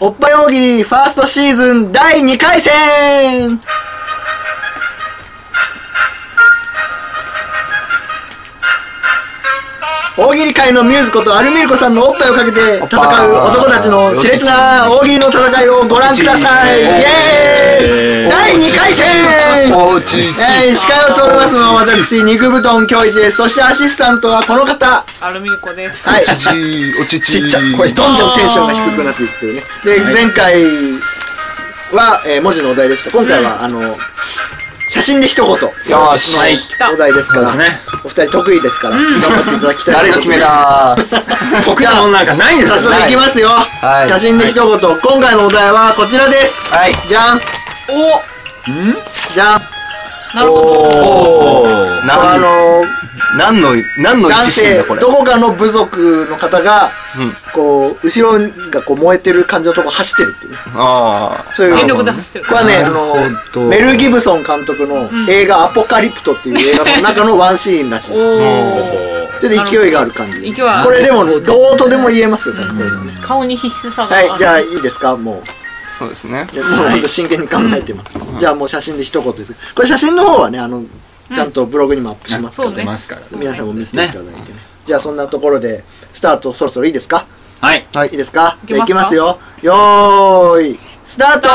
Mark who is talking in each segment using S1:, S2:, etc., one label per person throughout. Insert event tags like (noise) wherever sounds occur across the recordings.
S1: おっぱい大喜利ファーストシーズン第2回戦大喜利界のミューズことアルミルコさんのおっぱいをかけて戦う男たちの熾烈な大喜利の戦いをご覧くださいイエーイ第2回戦
S2: おうち
S1: えー司会を務めますのは私肉布団京一ですそしてアシスタントはこの方は
S3: アルミルコです。
S1: い
S2: ちちおちち
S1: ちっちゃいこれどんどんテンションが低くなっていくというねで、前回は、えー文字のお題でした今回は、あの写真で一言
S2: よし
S3: はい来た
S1: お題ですから、
S4: そうですね
S1: お二人得意ですから、頑張っていただきたい
S2: 誰が決めた
S1: (laughs)
S4: 得なもんなんかないんです
S1: 早
S4: よ
S1: 速いきますよ、
S2: い
S1: 写真で一言、今回のお題はこちらです、
S2: はい
S1: じゃん
S3: お
S1: じゃん
S3: なるほど。
S2: おお
S1: あ
S2: 何
S1: の
S2: 何の何の
S1: 男
S2: 一心
S1: 性
S2: だこれ
S1: どこかの部族の方が、
S2: うん
S1: こう後ろがこう燃えてる感じのとこ走ってるっていうね
S2: あ
S1: そういう
S3: 全力で走ってる
S1: これはね、
S2: な
S1: あ
S2: るほど
S1: の、メル・ギブソン監督の映画、アポカリプトっていう映画の中のワンシーンらしい。ちょ
S3: お
S1: っと勢いがある感じで。
S3: 勢いある
S1: これでも、どうとでも言えますよね。こういうのね
S3: ー顔に必死さがあ
S1: は
S3: る。
S1: い、じゃあいいですかもう。
S2: あそうですね
S1: でもう本当真剣に考えてます。じゃあもう写真で一言です。これ写真の方はね、あの、ちゃんとブログにもアップしますから
S3: そうね
S4: ますから
S1: 皆さんも見せていただいてね。じゃあそんなところで、スタートそろそろいいですか
S4: はい
S1: いいですかじゃあい
S3: い
S1: き
S3: き
S1: ま
S3: ますす
S1: よ。よーい、スタート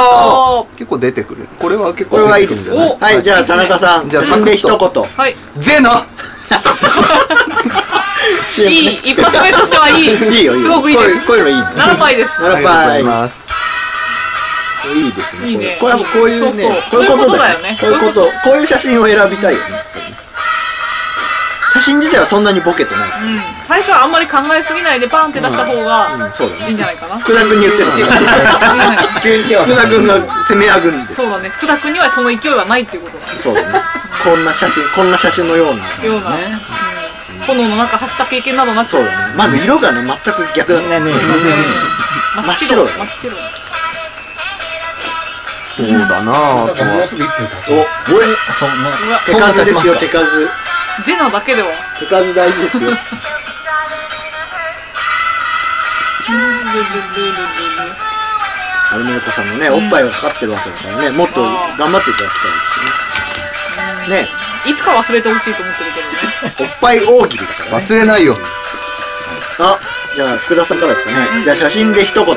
S3: おー
S2: 結構出てくるこれは結
S1: こ
S2: 構
S1: れはい
S2: 出
S1: い
S2: てく
S1: で
S2: るん
S1: す
S2: じ
S1: よ。
S2: ゃない
S3: ね
S1: はい、じゃあ田中さん、
S2: じゃあ
S1: 写真で一
S2: サク
S1: 言。
S3: はい。
S2: ゼノ
S3: いい、一発目としてはいい。
S1: (laughs) いいよいい
S3: す
S1: よ。
S3: ごくいいです。
S1: こういうこういうのいいです。
S3: 7倍です。
S1: ナ
S2: あ
S1: ラ
S2: りがとうご
S1: パ
S2: ざ
S1: イ
S2: い。ます
S1: いいですね。
S3: いいね
S1: これはもうこういうね
S3: そうそう、
S1: こういうことだよ
S3: そういうことだよ
S1: ね
S3: ね。
S1: こういうこと、こういう写真を選びたいよね。やっぱりね写真自体はそんなにボケてない。
S3: うん。最初はあんまり考えすぎないでパンって出した方
S1: うん、
S3: が
S1: そうだ
S3: いい
S1: ね。
S3: んじゃないかな。
S1: 福田君に言ってるのね。
S2: 急に
S1: (laughs)
S2: 手
S1: 福田君が攻めあぐんで。
S3: そうだね。福田君にはその勢いはないっていうことだ
S1: そうだね。こんな写真、こんな写真のような。
S3: ような。うん炎の中走った経験などなく
S1: そうだね。まず色がね、全く逆だね。
S3: 真っ白
S1: 真っ白
S3: 真っ白
S2: そうだなあと
S5: もう
S2: は
S5: すぐ1分経ち
S1: お、
S4: 俺そんな
S3: うわ
S1: 手数ですよ、手数。
S3: ジェナだけでは
S1: 手数大事ですよ。アルミルコさんのね、おっぱいがかかってるわけだからね、もっと頑張っていただきたいですね。ね、
S3: いつか忘れてほしいと思ってるけ
S1: おっぱい大喜利だから、ね。
S2: 忘れないよ
S1: あ、じゃあ福田さんからですかね。じゃあ写真で一言。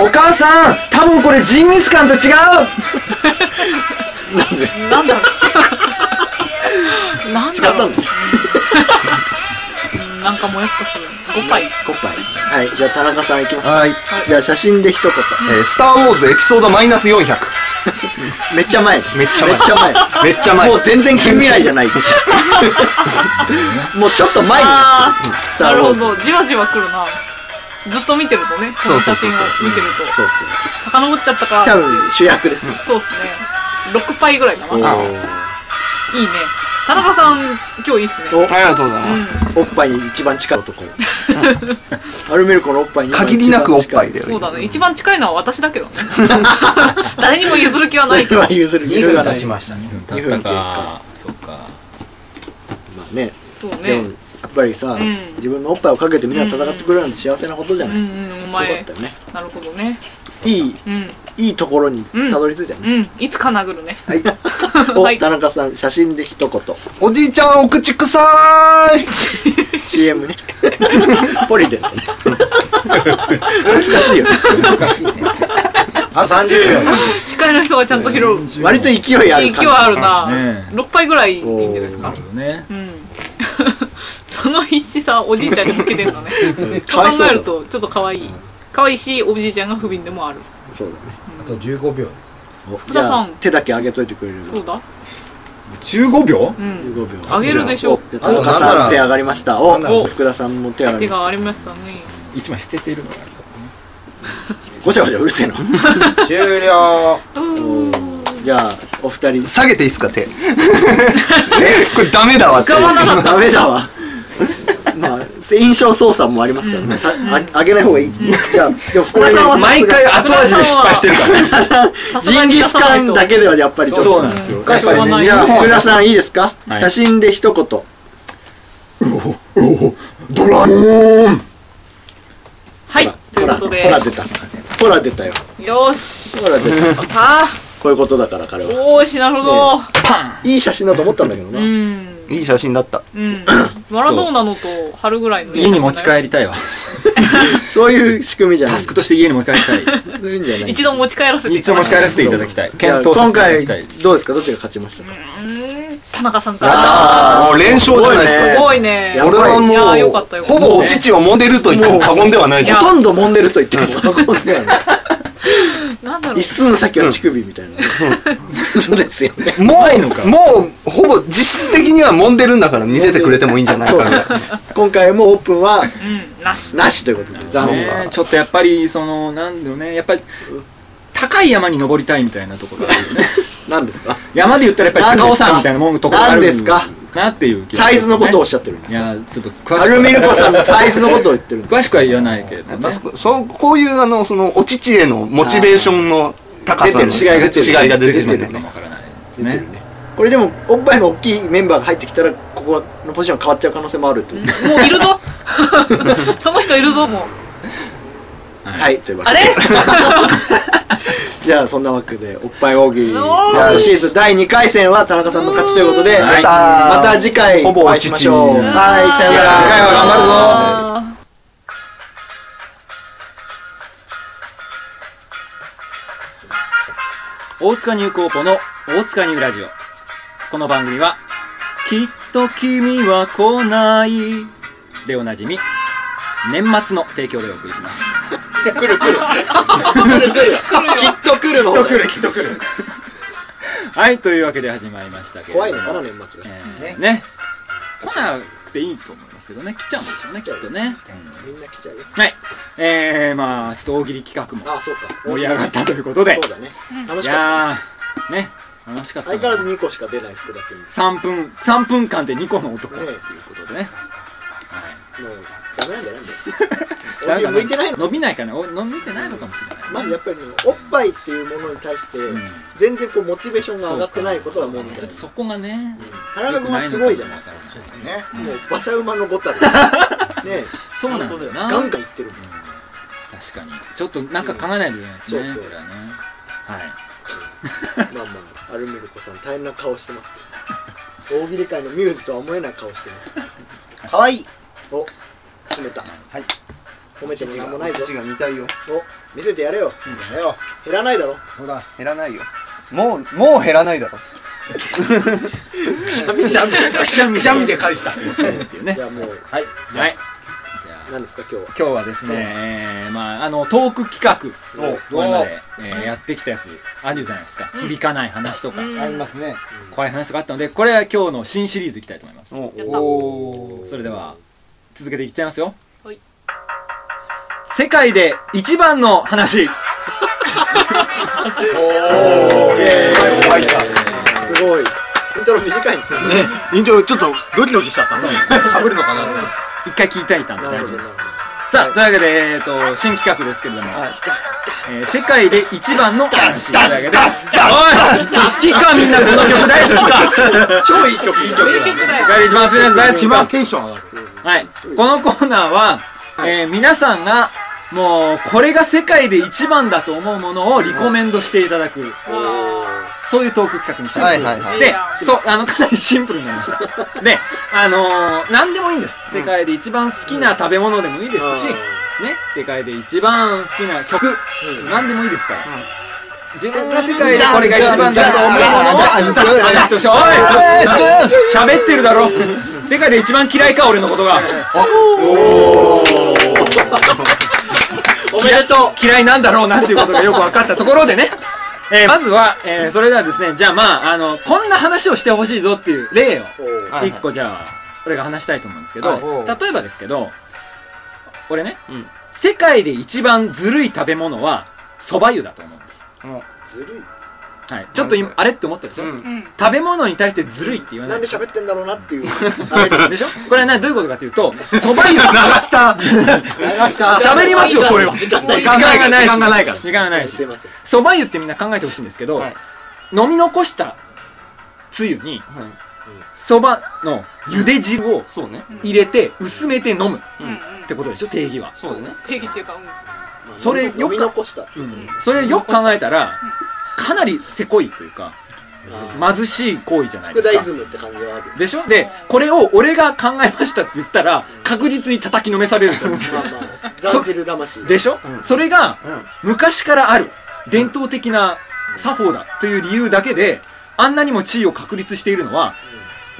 S4: お母さん多分これジンギスカンと違う
S3: どね。なんだろう。なん
S1: 違っ
S3: だ
S1: た
S3: ろ
S1: んだ。。
S3: ううんなんかもやっとする。5杯。
S1: おっぱい。はい、じゃあ田中さんいきます。
S2: はい
S1: じゃあ写真で一言。
S2: えースター・ウォーズエピソードマイナス400
S1: めっちゃ前。
S2: めっちゃ前
S1: めっちゃ前。
S2: めっちゃ前
S1: もう全然近未来じゃ
S4: (laughs)
S1: ない。もうちょっと前になっ
S3: あ
S1: てる。ス
S3: あ、
S1: タ
S3: な
S1: ー・
S3: る
S1: ウォ
S3: ほ
S1: ーズ。
S3: ど。じわじわ来るな。ずっと見てるとね、こ
S2: そう
S3: の
S2: そう
S3: 写
S2: そ
S3: 真
S2: う
S3: を
S2: そう
S3: 見てると。
S1: そうそう。
S3: 遡っちゃったか
S1: 多
S3: ら、
S1: 分主役ですよ。
S3: そうっすね。6杯ぐらいかな。
S1: お
S3: いいね。
S1: ー
S3: 田中さん、今日いいっすね。
S1: お
S2: ありがとうございます
S1: おっぱいに一番近い男。アルミルコのおっぱいに一番近
S2: 限
S1: い
S2: りなくおっぱいだよ
S3: そうだね。一番近いのは私だけどね。 (laughs) 誰にも譲る気は
S1: そ
S3: な
S1: れ
S3: いけど。
S1: は譲る理
S5: 2
S1: 由が
S5: 分
S1: な
S5: 経
S1: い。
S5: ち
S1: ま
S5: ましたね
S1: 二分経過
S4: そっか
S1: あね、
S3: そう
S1: でも
S3: ね。
S1: やっぱりさ、
S3: ん
S1: 自分のおっぱいをかけてみんな戦ってくれるなんて幸せなことじゃ
S3: う
S1: ない。よ
S3: んうん、お
S1: か
S3: 前
S1: った。よね。
S3: なるほどね。
S1: いい、
S3: うん。
S1: いいところにたどり着いたよね。
S3: うん。いつか殴るね。
S1: はい。
S3: (laughs) は
S1: お、
S3: い
S1: 田中さん、写真で一言。
S2: おじいちゃんお口臭い
S1: CM (laughs) ね。ポリデントね。懐かしいよね。
S5: あと30秒
S3: 司会の人がちゃんと拾う。
S1: 割と勢いある
S3: 勢いはあ
S1: 感
S3: るな、
S4: ね
S3: 6杯ぐらいいいんじゃないです
S4: な
S3: か
S4: るほどね
S3: うん (laughs) その必死さおじいちゃんに向けてるの
S4: (laughs)
S3: ね
S1: じ。か
S3: そう
S1: わい
S3: 考
S1: そ
S3: え
S1: う
S3: る
S1: だ。
S3: とちょっと可愛い可愛いしおじいちゃんが不憫でもある
S1: そうだね
S5: あと15秒です
S1: お。
S3: 田
S1: じ
S3: さん
S1: ゃあ手だけ上げといてくれる。
S3: そうだ
S4: 15秒
S3: うん
S1: 15秒
S3: 上げるでしょ
S1: じゃあ田中さん手上がりましたお
S5: なんだろ
S3: う
S1: 福田さんも手上がり
S3: 手
S1: まし
S3: が
S1: た
S3: ありましたね
S4: 1枚捨てているのがあるからね
S1: ごちゃごちゃうるせえな
S5: 終了
S3: うん
S1: じゃあお二人
S2: 下げていいっすか手えこれダメだわって
S3: 浮かばなかっ
S1: ダメだわまあ印象操作もありますからねさあ上げない方がいいじゃあでも福田さんはさす
S4: (laughs) 毎
S1: が
S4: 回後味で失敗してるからね
S3: さす
S1: ジ
S3: が
S1: ン
S3: に
S1: ギ
S3: 出
S1: ス
S3: さな
S1: カ
S3: い
S1: ン
S3: と
S1: だけではやっぱりちょっと
S4: そうなんですよ
S3: 浮かばない
S1: じゃあ福田さんいいですか
S4: はい
S1: 写真で一言
S2: ドラゴン
S3: はいという
S1: ら、
S3: こ
S1: ほ
S3: とで。
S1: ら出た。ほら出たよ。
S3: よし。
S1: ほら出た。
S3: あ
S1: こういうことだから彼は。
S3: おーし、なるほど。
S1: いい写真だと思ったんだけど
S3: う
S1: な。
S3: ん。
S2: いい写真だった。
S3: うん。マラドーナのと春ぐらいの。
S4: 家に持ち帰りたいわ。
S1: そういう仕組みじゃない。
S4: タスクとして家に持ち帰りたい。
S1: そういうんじゃない。
S3: 一度持ち帰らせてい
S4: 一
S3: た
S4: 応
S3: だ
S4: 持
S3: き
S4: ち帰らせていただきたい。
S1: いや
S4: 検討させ
S1: 今
S4: ていただ
S1: 回
S4: きたい。
S1: どうですかどっちが勝ちましたか
S3: 田中さんか。
S1: あ
S2: もう連勝じゃないです
S1: ー
S3: す
S2: か。
S3: ごいね。
S1: やばい
S3: いやーよかったよかっ
S2: ほ
S3: た
S2: ぼお乳をモデルと言っても過言ではないじゃん
S1: ほ。とんど揉んでると言っても過言ではない。
S3: なんだろう
S1: 一。寸先は乳首みたいな。そうですよね。
S2: もう、もう、ほぼ実質的には揉んでるんだから見せてくれてもいいんじゃないかみたいな。
S1: 今回もオープンは
S3: うん、なし。
S1: なしということで、残念。
S4: ねちょっとやっぱり、その、なんだろうね、やっぱり、高い山に登りたいみたいなところがあるよね。 (laughs)
S1: 何ですか
S4: 山で言ったらやっぱり高尾山みたいなもんところがある
S1: 何ですか
S4: なっていう気が
S1: サイズのことをおっし
S4: ゃ
S1: ゃってるんです
S4: い
S1: か
S4: や、ちょっと詳しくは
S1: アルミルコさんのサイズのことを言ってるんです
S4: 詳しくは言わないけれどね。
S2: そそう、こういうあの、その、お乳へのモチベーションの高
S4: 出
S2: さ
S4: て
S2: の
S4: る違いが出てる。
S2: 違いが出て
S4: 出
S2: るね
S4: てるのかもわからないです
S1: 出て
S4: ね
S1: る。ねこれでもおっぱいの大きいメンバーが入ってきたらここのポジションが変わっちゃう可能性もあるという
S3: もういるぞ。 (laughs) その人いるぞ、もう。
S1: はいというわ
S3: あ
S1: けで
S3: れ
S1: じゃあそんなわけでおっぱい大喜利
S3: おー
S1: ラストシーズン第2回戦は田中さんの勝ちということで
S4: は
S1: ま
S4: い
S1: たまた次回
S2: ほぼ
S1: お
S2: お
S1: 会い
S2: 乳
S1: し
S2: に
S1: ましょうはいさような
S4: 次
S1: ら
S4: 回は頑張るぞ。
S3: あー
S4: 大塚ニューコーポの大塚ニューラジオこの番組は「きっと君は来ない」でおなじみ年末の提供でお送りします
S1: きっと来るの
S4: るきっと来るはいというわけで始まりましたけれども
S1: 怖いのかな年末が
S4: えーね来なくていいと思いますけどね来ちゃうんでしょうねきっとね、
S1: みんな来ちゃうよ
S4: はいえー、まあちょっと大喜利企画も
S1: ああそうか
S4: 盛り上がったということで
S1: そうだね楽
S4: い
S1: しかった
S4: やーね楽しかったな
S1: 相変わらず2個しか出ない福田君
S4: 3分3分間で2個の男
S1: ね
S4: ということでね、はい
S1: もうダメなんじゃないんだよ大
S4: なん
S1: 喜利向いて
S4: か
S1: ないの
S4: (laughs) 伸びないかなお伸びてないのかもしれない、
S1: まずやっぱりねおっぱいっていうものに対して
S4: ん
S1: 全然こうモチベーションが上がってないことは問題
S4: ちょっとそこがね
S1: 田中君はすごいじゃない
S4: 良くのかもわからない
S5: ね
S1: もう馬車馬のごたつ
S4: (laughs)
S1: ね
S4: そうなんだよな
S1: ガンガンいってるもん
S4: 確かにちょっとなんか考えないといけないですね
S1: そうそう
S4: これはねはい
S1: まあまあアルミルコさん大変な顔してますけど大喜利界のミューズとは思えない顔してます
S5: かわいい
S1: お褒めたはい褒めてもなんもないぞ
S2: が見たいよ。
S1: お見せてやれよ
S5: だよ
S1: 減らない
S4: (laughs)
S1: だろ
S2: そうだ、減らないよ。もう、もう減らないだろ。
S4: くしゃみしたくしゃみで返したっていうね
S1: じゃあもうはい
S4: はい
S1: 何ですか今日は
S4: 今日はですね、えーまあ、あのトーク企画をこれまで、えーやってきたやつあるじゃないですか響かない話とか、
S3: うん
S5: ありますね
S4: 怖い話とかあったのでこれは今日の新シリーズいきたいと思います
S5: お
S4: それでは続けていっちゃいますよ
S3: はい
S4: 世界で一番の話
S1: すごいイントロ短いんですよね
S2: 院長、ちょっとドキドキしちゃったね。かぶるのかな
S4: 一回聞いたいたんで
S1: な
S4: 大
S1: るほど
S4: 丈夫で
S1: な
S4: すさあというわけで、えー、と新企画ですけれども、えー世界で一番の話というわけでおいそう好きかみんなこの曲大好きか
S2: 超いい曲、いい曲。
S3: 名曲だ
S4: 世
S3: よ。
S4: 界で一番熱いやつ大好きか
S2: テンション上がる。
S4: はい。このコーナーは、えー皆さんが、もう、これが世界で一番だと思うものをリコメンドしていただく、そういうトーク企画にしてます。
S2: はいはいはい
S4: で、そう、あの、かなりシンプルになりました。で、あのー、何でもいいんです。世界で一番好きな食べ物でもいいですし、ね、世界で一番好きな曲、何でもいいですから。自分が世界でこれが一番だと思うものを、話してほしい。おい喋ってるだろ世界で一番嫌いか俺のことがおめでとう嫌いなんだろうなっていうことがよく分かったところでね (laughs) えーまずは、えーそれではですね、じゃあまあ、あの、こんな話をしてほしいぞっていう例を、
S1: お
S2: はい
S4: 一個じゃあ、俺が話したいと思うんですけど、例えばですけど、俺ね、
S2: うん
S4: 世界で一番ずるい食べ物は、蕎麦湯だと思うんです。
S1: ーずるい
S4: はい。ちょっと今、あれって思ったでしょ、
S2: うん
S3: うん。
S4: 食べ物に対してずるいって言わな
S1: ないんで喋ってんだろうなって
S4: (laughs)
S1: いう流
S4: でしょこれはなどういうことかという (laughs) と、そば湯流した
S1: した
S4: 喋りますよ、これは。時間
S2: 時間がないし。
S4: 時間がない
S2: いか
S4: 時間がない
S1: すい
S4: し。
S1: ません
S4: そば湯ってみんな考えてほしいんですけど、
S2: はい
S4: 飲み残したつゆに、そばの茹で汁を
S2: そうね。
S4: 入れて、薄めて飲む
S3: うんうん。
S4: ってことでしょ、定義は。
S2: そうだね。
S3: 定義っていうか、うん。
S4: それよ
S1: 読み
S4: く
S1: 残した。
S4: それよく考えたらかなりせこいというか貧しい行為じゃないで
S1: 副
S4: す
S1: 大
S4: か
S1: ズムって感じはある。
S4: でしょでこれを俺が考えましたって言ったら確実に叩きのめされると思うんですよ
S1: まあまあ、ザンジル魂。
S4: でしょ、それが昔からある伝統的な作法だという理由だけであんなにも地位を確立しているのは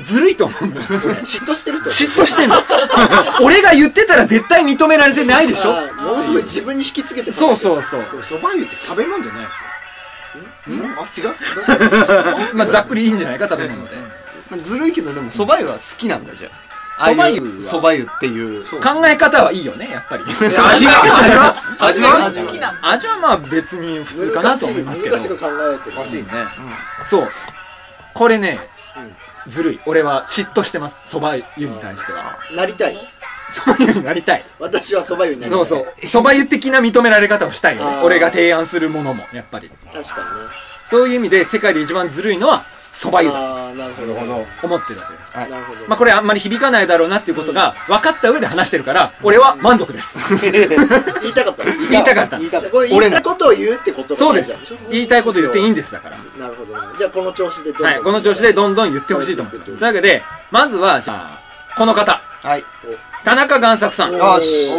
S4: ずるいと思うんだよ
S1: 嫉妬してると。
S4: 嫉妬してんの (laughs) 俺が言ってたら絶対認められてないでしょ
S1: あーものすごい自分に引きつけて
S4: そう
S1: う。
S4: そうそう (laughs)
S5: でもそば湯って食べ物じゃないでしょんあ違う
S4: まあざっくりいいんじゃないか食べ物で
S2: まあずるいけどでも蕎麦湯は好きなんだじゃん
S4: 蕎麦湯
S2: あ
S4: は
S2: あいう蕎麦湯っていう
S5: そう
S4: 考え方はいいよねやっぱり
S2: 味
S4: (laughs)
S2: は
S3: 味
S5: は
S3: 好きなの
S4: 味はまあ別に普通かなと思いますけど
S1: 難しく考えてる。
S5: おかしいね
S4: そうこれね、ずるい俺は嫉妬してますそば湯に対しては
S1: なりたい。
S4: そば湯になりたい
S1: 私は蕎麦湯になりた
S4: そ
S1: い。
S4: うそう。蕎麦湯的な認められ方をしたいよ
S1: あ
S4: ね。
S1: ー
S4: 俺が提案するものも、やっぱり。
S1: 確か
S4: そういう意味で、世界で一番ずるいのは、蕎麦
S1: にね。
S4: 湯だ
S1: ああ、なるほど。
S2: なるほど
S4: と思ってるわけです。
S1: なるほど。
S4: まあこれあんまり響かないだろうなっていうことが分かった上で話してるから、俺は満
S1: (laughs)
S4: 足です。
S1: (laughs) 言いたかった。
S4: 言いたかった
S1: 言いたかった。これ言ったことを言うってことが
S4: そうで
S1: 大事
S4: す
S1: なんしょ。
S4: 言いたいこと言っていいん
S1: で
S4: ですだから。
S1: なるほどな。じゃあこの調子でどんどん。
S4: はい。この調子でどんどん言ってほしいと思います。というわけで、まずは、じゃあ、この方。
S2: はい
S4: 田中贋作さん。
S1: お
S2: よし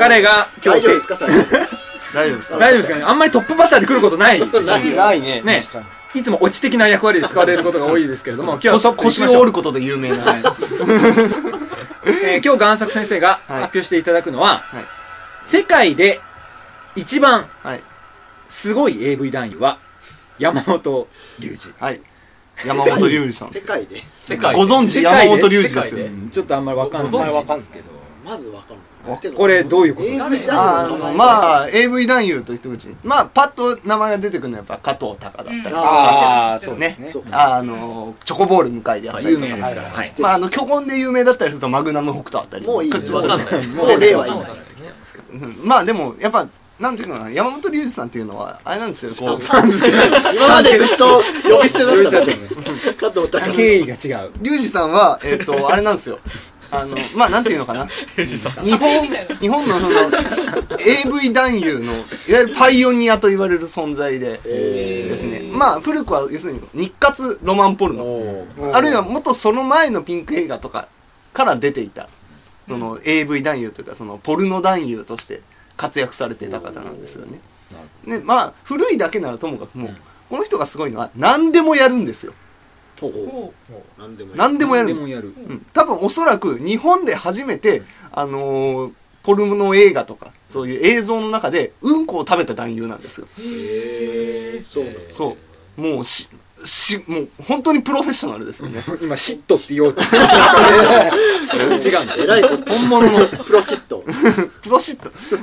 S4: 彼が今
S1: 大
S4: 日
S1: 丈夫ですか最後。
S2: 大丈夫ですか
S4: 大丈夫ですかねあんまりトップバッターで来ることないでしょ。
S1: ないよ
S2: ないね
S4: ね
S2: 確かに
S4: いつもオチ的な役割で使われることが多いですけれども、今日はトッ
S2: 腰
S4: プに
S2: 腰
S4: しま
S2: を
S4: しょう
S2: 折ることで有名
S5: (laughs)
S2: な
S4: えー今日贋作先生が発
S2: はい
S4: 表していただくのは、
S2: はい
S4: 世界で一番
S2: はい
S4: すごい AV 男優は山本龍二
S2: はい山本龍二
S5: (laughs)
S2: さん
S1: 世界で。
S5: 世界
S2: ご存知山本龍二ですよ
S5: 世界で
S4: うんちょっとあんまりわかん
S5: ご存
S4: な
S5: 知
S4: い
S5: わかんないけど
S1: まずわかんない。
S4: これどういうこと
S1: 映像
S5: 誰
S2: あ
S1: だ
S2: のまあ AV 男優と一口にまあパッと名前が出てくるのはやっぱ加藤鷹だったりとか、
S5: ああそうですね
S1: そうか
S2: あのチョコボール向かいであったり
S4: 有
S2: とか、
S4: 名ですから、はい、
S2: まああの巨根で有名だったりするとマグナム北斗あったり
S1: もういい
S2: こ
S1: よ
S2: っち
S5: わかんない
S1: もう令和いい
S5: わ
S1: ん
S5: か
S1: だ
S5: んな。くてきちゃいますけど
S2: うんまあでもやっぱなんていうかな山本龍二さんっていうのはあれなんですよこう
S1: (laughs) 今までずっと呼び捨てだったのね。加藤隆
S4: 経緯が違う
S2: 龍二さんはえっ、とあれなんですよあのまあなんていうのかな日本日本のその AV 男優のいわゆるパイオニアと言われる存在でですねまあ古くは要するに日活ロマンポルノあるいはもっとその前のピンク映画とかから出ていたその AV 男優というかそのポルノ男優として活躍されていた方なんですよね。でまあ古いだけならともかくもうこの人がすごいのは何でもやるんですよ
S1: なんでもいい。
S2: 何でもやる
S4: で
S2: の
S4: もやる
S2: うん、多分おそらく日本で初めて、あのーポルノ映画とかそういう映像の中でうんこを食べた男優なんですよ。
S1: へーそうなの。
S2: そうもうししもう本当にプロフェッショナルですよね。
S4: 今嫉妬っ
S2: (laughs)
S4: て言おうと違うんだ
S1: えらいこと。本物のプロシット。
S2: プロシッ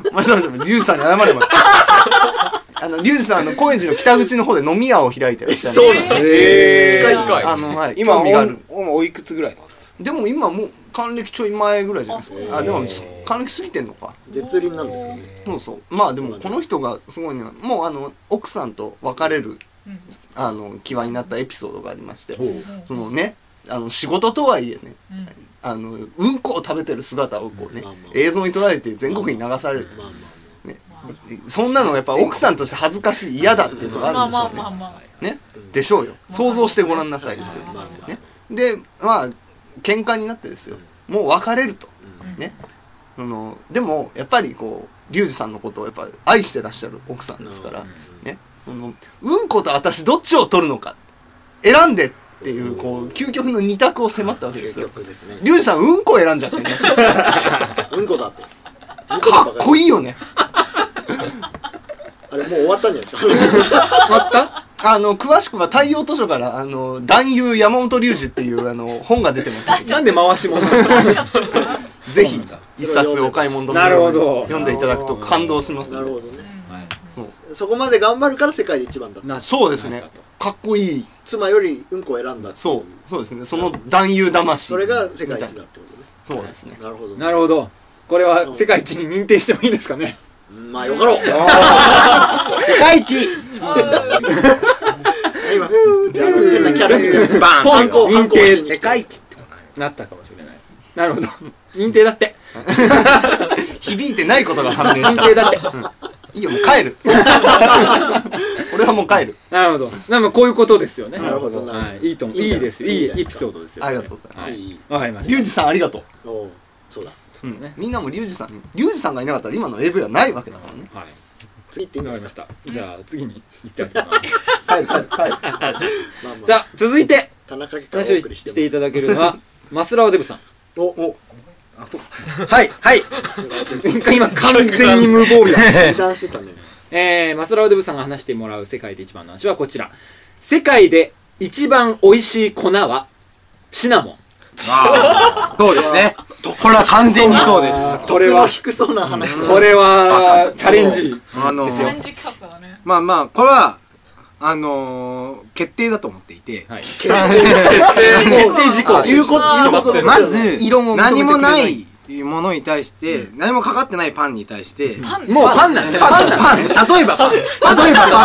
S2: ト。まあ、そうそう、リュウジさんに謝
S1: (laughs)
S2: れば。あの、リュウジさん、あの、高円寺の北口の方で飲み屋を開いてらっしゃる。
S1: そうなの。
S5: 近い近い
S2: あの、はい。
S5: 今
S2: 興味がある。
S5: おおおいくつぐらいなの
S2: でも今もう、還暦ちょい前ぐらいじゃないですか。あ、
S1: あそう
S2: で
S1: な
S2: も
S1: んだ、
S2: 還暦過ぎてんのか。
S1: 絶倫なんですよね。
S2: そうそう。まあでも、この人がすごいのは、もうあの、奥さんと別れる、あの、際になったエピソードがありまして、そのね、あの、仕事とはいえね、あの、うんこを食べてる姿をこうね
S1: まあまあ、
S2: 映像に捉えて全国に流される。
S1: まあま
S2: そんなのやっぱ奥さんとして恥ずかしい嫌だっていうのが
S3: ま
S2: あ
S3: あ
S2: るんでし
S3: ま
S2: ょ
S3: あ
S2: うね。
S3: まあま
S2: ね、でしょうよ想像してごらんなさいですよ、ね、でまあ喧嘩になってですよもう別れると、ねあのでもやっぱりこうリュウジさんのことをやっぱ愛してらっしゃる奥さんですから、ね、そのうんこと私どっちを取るのか選んでっていうこう究極の二択を迫ったわ
S1: あ。
S2: けで
S1: 究
S2: すよ
S1: 極ですね。
S2: リュウジさんうんこ選んじゃってね
S1: うんこだって。
S2: かっこ
S1: いい。
S2: いいよね
S1: あれもう終わったんじゃないですか。
S2: あの詳しくは太陽図書からあの男優山本龍二っていうあの本が出てますので
S4: なんで回し物
S2: ぜひ一冊お買い物
S4: なるほど
S2: 読んでいただくと感動します
S1: な
S2: の
S1: る
S2: で
S1: ほどね。そこまで頑張るから世界で一番だった。
S2: そうですねかっこいい
S1: 妻よりうんこを選んだってい
S2: そうそうですねその男優魂
S1: それが世界一だってこ
S2: そうですね
S1: とねなるほど
S4: なるほどこれは世界一に認定してもいいですかね
S1: うんまあよかろう (laughs)
S2: 世界一
S1: 今変なキャラ
S4: うん
S1: バーン
S4: ポン
S1: 反抗反抗しに
S4: 認定世界
S1: 一
S4: なったかもしれないなるほど認定だって
S2: 響いてないことが判明し
S4: (laughs) 認
S2: た
S4: 定だって
S2: いいよ、もう帰る。 (laughs) 俺はもう帰る。
S4: なるほど。なのこういうことですよね。
S1: なるほどな
S4: はい。いいと思う。
S1: いい
S4: い
S1: じゃ
S4: い
S1: ない
S4: ですよ。いい
S1: いいじゃない
S4: エピソードですよ。
S2: ありがとうございます。
S4: はい
S1: いい
S4: わかりま
S2: リュ
S4: し
S2: ウジさんありがとう。
S1: おうそうだ
S2: うん
S4: ね
S2: みんなもリュウジさん、リュウジさんがいなかったら今の AV はないわけだからね。
S4: た。はい。次行っていいのありました。じゃあ次に行ってあげてもらいます
S2: 帰る帰
S1: ま
S2: る帰る。
S1: あまあ
S4: じゃあ続いて
S1: 田中家から
S4: 話
S1: お
S4: を
S1: 送りし
S4: して
S1: て
S4: い
S1: ます
S4: ただけるのはマスラオデブさん。
S1: おお
S5: あ、そうか。
S1: はいはい
S4: 前回今完全に無防備だ。
S1: 油断してたね
S4: えー、マスラオデブさんが話してもらう世界で一番の話はこちら。世界で一番美味しい粉はシナモン。
S5: そうですね。これは完全にそうです。
S4: これは
S1: 得の低そうな話だ
S4: これはチャレンジ。
S5: あの
S4: で、すよ
S3: オレンジカップはね。
S5: まあまあ、これは、あのー、決定だと思っていて、
S4: はい。
S1: もう
S2: 定事項
S1: 言うこと言うことの
S5: ま
S2: 色
S5: ず、
S2: も認めてくれ
S5: 何
S2: ない
S5: もないものに対して、何もかかってないパンに対して、
S3: パン
S4: もうパンなんだよ。
S5: パン、パン、例えばパン、例えばパン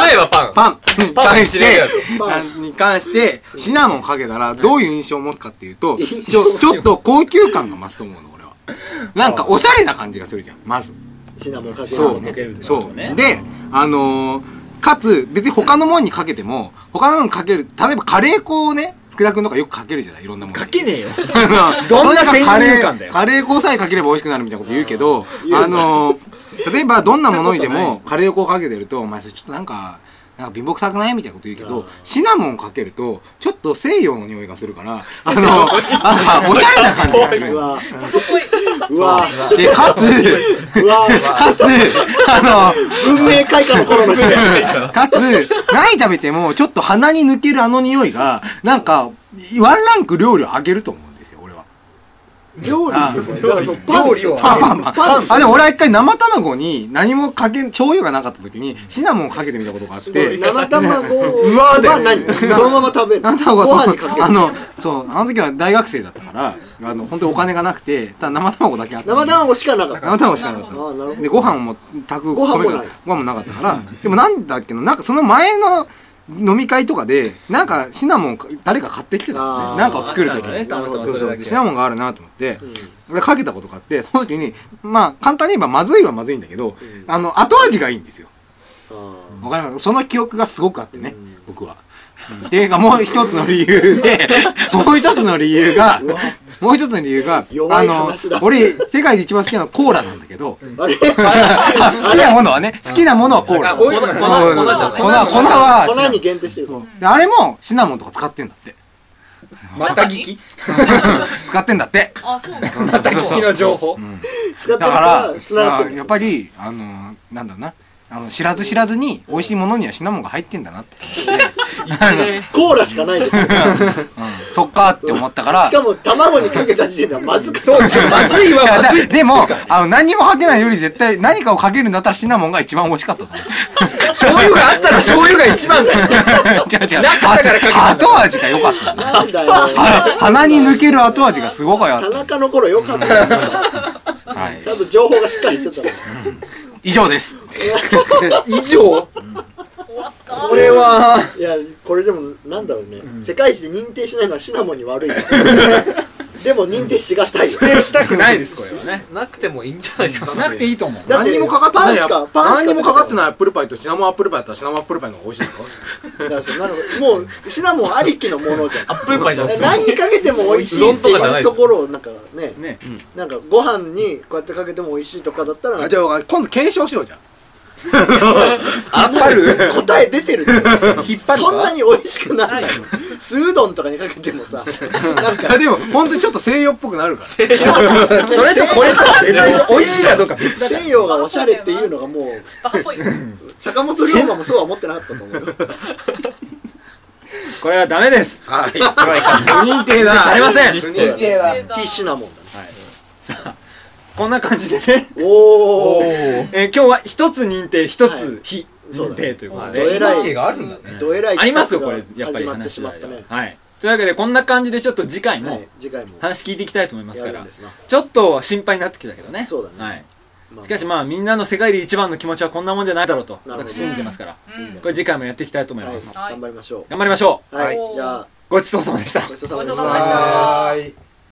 S6: 例えばパン。
S5: パンに関して、
S1: パ
S5: あに関して、シナモンかけたら、どういう印象を持つかっていうと、ちょ、ちょっと高級感が増すと思うの、俺は。なんか、おしゃれな感じがするじゃん、まず。
S1: シナモンかける
S5: そう
S1: ね
S4: けるってこと
S5: そ
S4: ね
S5: う。で、あのー、かつ、別に他のもんにかけても、他のもんにかける、例えばカレー粉をね、福田君とかよくかけるじゃないいろんなもんに。
S4: かけねえよ。ど
S5: (laughs) ど
S4: ん
S5: ん
S4: な
S5: な
S4: 先
S5: 先
S4: 入
S5: 入
S4: 観だ
S5: 観
S4: よ
S5: だよ。カレー粉さえかければ美味しくなるみたいなこと言うけど、あのー、例えばどんなものにでもカレー粉をかけてると、お前それちょっとなんか、なんか貧乏くさくないみたいなこと言うけ
S1: あー
S5: ど、シナモンかけると、ちょっと西洋の匂いがするから、あ (laughs) の、なんかおしゃれな感じがする
S1: う
S5: のよ。
S1: わうわ
S5: で、か (laughs) つ、
S1: うわ
S5: かつ、あの、
S1: 文明開化の頃の人
S5: かつ、何食べても、ちょっと鼻に抜けるあの匂いが、なんか、ワンランク料理を上げると思うんですよ、俺は。
S1: 料
S5: あ
S1: 料理を
S5: パンパンパン。あ、でも俺は一回生卵に何もかけ、醤油がなかった時に、シナモンをかけてみたことがあって、
S1: 生卵
S5: うわーだよ
S1: は何そのまま食べる
S5: 生卵
S1: ご飯
S5: はそ
S1: にかけ
S5: う、
S1: る
S5: あの、そう、あの時は大学生だったから、あの、本当にお金がなくて、ただ生卵だけあった。
S1: 生卵しかなかった
S5: 生卵しかなかったの
S1: ああなるほど
S5: でご飯も炊く
S1: ご飯も
S5: 米が
S1: ない
S5: ご飯もなかったからでもなんだっけななんかその前の飲み会とかでなんかシナモンか誰か買ってきてたの
S1: あー
S5: ねなんかを作る時
S4: ね。
S5: に
S4: たまたまそれだけ。
S5: シナモンがあるなと思って俺かけたことがあってその時にまあ簡単に言えばまずいはまずいんだけどあの後味がいいんですよ
S1: あ
S5: わかりますその記憶がすごくあってね僕は。っていうかもう一つの理由でもう一つの理由が
S1: ーうわ
S5: もう一つの理由が
S1: 弱
S5: あ
S1: い
S5: の
S1: 話だ
S5: 俺世界で一番好きなのはコーラなんだけど
S1: あれ
S5: あ好きなものはね、好きなものはコーラ。
S4: あおい粉粉
S5: 粉
S4: 粉じゃない
S5: 粉は
S1: 粉に限定してる
S5: であれもシナモンとか使ってんだって。
S4: また聞き
S5: 使ってんだって。
S3: あ、そうなの
S5: ま
S4: また聞きの情報。
S1: 使ってる
S5: だか
S1: からつながっ
S5: ら、
S1: てる
S5: やっぱり、あの、なんだろうな。あの、知らず知らずに、美味しいものにはシナモンが入ってんだなって。
S1: コーラしかないです
S5: (laughs)
S1: よ
S5: うんそっかって思っ
S1: (laughs)
S5: たから。
S1: しかも卵にかけた時点ではまずかった
S4: まずい
S5: いや
S4: わ、ま
S5: だ
S4: ずい。
S5: でも、あの、何もかけないより絶対、何かをかけるんだったらシナモンが一番美味しかったと思う。 (laughs)
S4: 醤油があったら醤油が一番だよ。
S5: 違う違う。
S4: なかったからかけたんだ
S5: 後後味が良かった。
S1: なんだよ
S5: は鼻に抜ける後味がすごく良か
S1: 田
S5: っ
S1: 中の頃よかったよ
S5: た。はい
S1: ちゃんと情報がしっかりしてたの
S5: 以
S1: (laughs)
S5: 上です。
S4: 以上。これは、
S1: いやこれでもなんだろうね世界一で認定しないのはシナモンに
S5: (laughs)
S1: 悪いでも認定しがたいよ
S4: したくないです、これはね。
S6: なくてもいいんじゃないかな。
S4: なくていいと思う。
S1: だってパンしかパンし
S5: 何にもかかって
S1: い
S5: ないアップルパイとシナモンアップルパイだったらシナモンアップルパイの方が美味しいよ。
S1: だからそうなるほどもうシナモンありきのものじゃん
S6: アップルパイじゃん。
S1: 何にかけても美味しいっていうところをなんかね
S4: ね。
S1: なんかご飯にこうやってかけても美味しいとかだったら
S5: あじゃあ今度検証しようじゃん。
S4: あっぱる
S1: 答え出てるけど
S4: 引っ張る
S1: そんな
S4: か
S1: に美味しくならないの酢うどんとかにかけてもさなんか
S5: いやでも本当にちょっと西洋っぽくなるから。
S4: それとこれとは別でしょ美味しいかどうか別だから。
S1: 西洋がおしゃれっていうのがもう
S3: バカっぽい。
S1: 坂本龍馬もそうは思ってなかったと思う (laughs) よ
S4: これはダメです。
S5: はい。これはいかん。認定だ。
S4: されません
S5: 認
S1: 認
S5: 定
S1: 定は必死なもんだね
S4: こんな感じでね。
S1: おお
S4: えー今日は一つ認定、一
S1: はい
S4: つ非
S1: そうだ
S4: 認
S1: ね
S4: 定ということ
S1: どえ
S4: で。
S1: らい
S5: があるんだね。
S1: どえらい
S4: ありますよ、これ
S1: 企。画
S4: やっ
S1: が
S4: ぱ
S1: 始ま
S4: り
S1: ってし
S4: 話
S1: ま
S4: は
S1: ったね
S4: はい。というわけで、こんな感じでちょっと次回
S1: は
S4: も
S1: い次回も
S4: 話聞いていきたいと思います
S1: や
S4: か
S1: るん
S4: ら
S1: で。すな
S4: ちょっと心配になってきたけどね。
S1: そうだね
S4: はい。
S1: まあ
S4: しかしまあ、みんなの世界で一番の気持ちはこんなもんじゃないだろうと、
S1: なるほど
S4: 私信じてますから。
S3: う
S1: いい
S3: ん
S1: ね
S4: これ次回もやっていきたいと思い
S1: は
S4: ま
S1: い
S4: す。
S1: 頑張りましょ
S4: 頑張りましょう
S1: うはい
S3: はい
S1: じゃあ
S4: ごちそうさまでした
S1: ご。ちそうさま
S3: ごち
S1: で
S3: そう
S1: し
S3: さまでした
S1: た
S3: は
S5: ーい。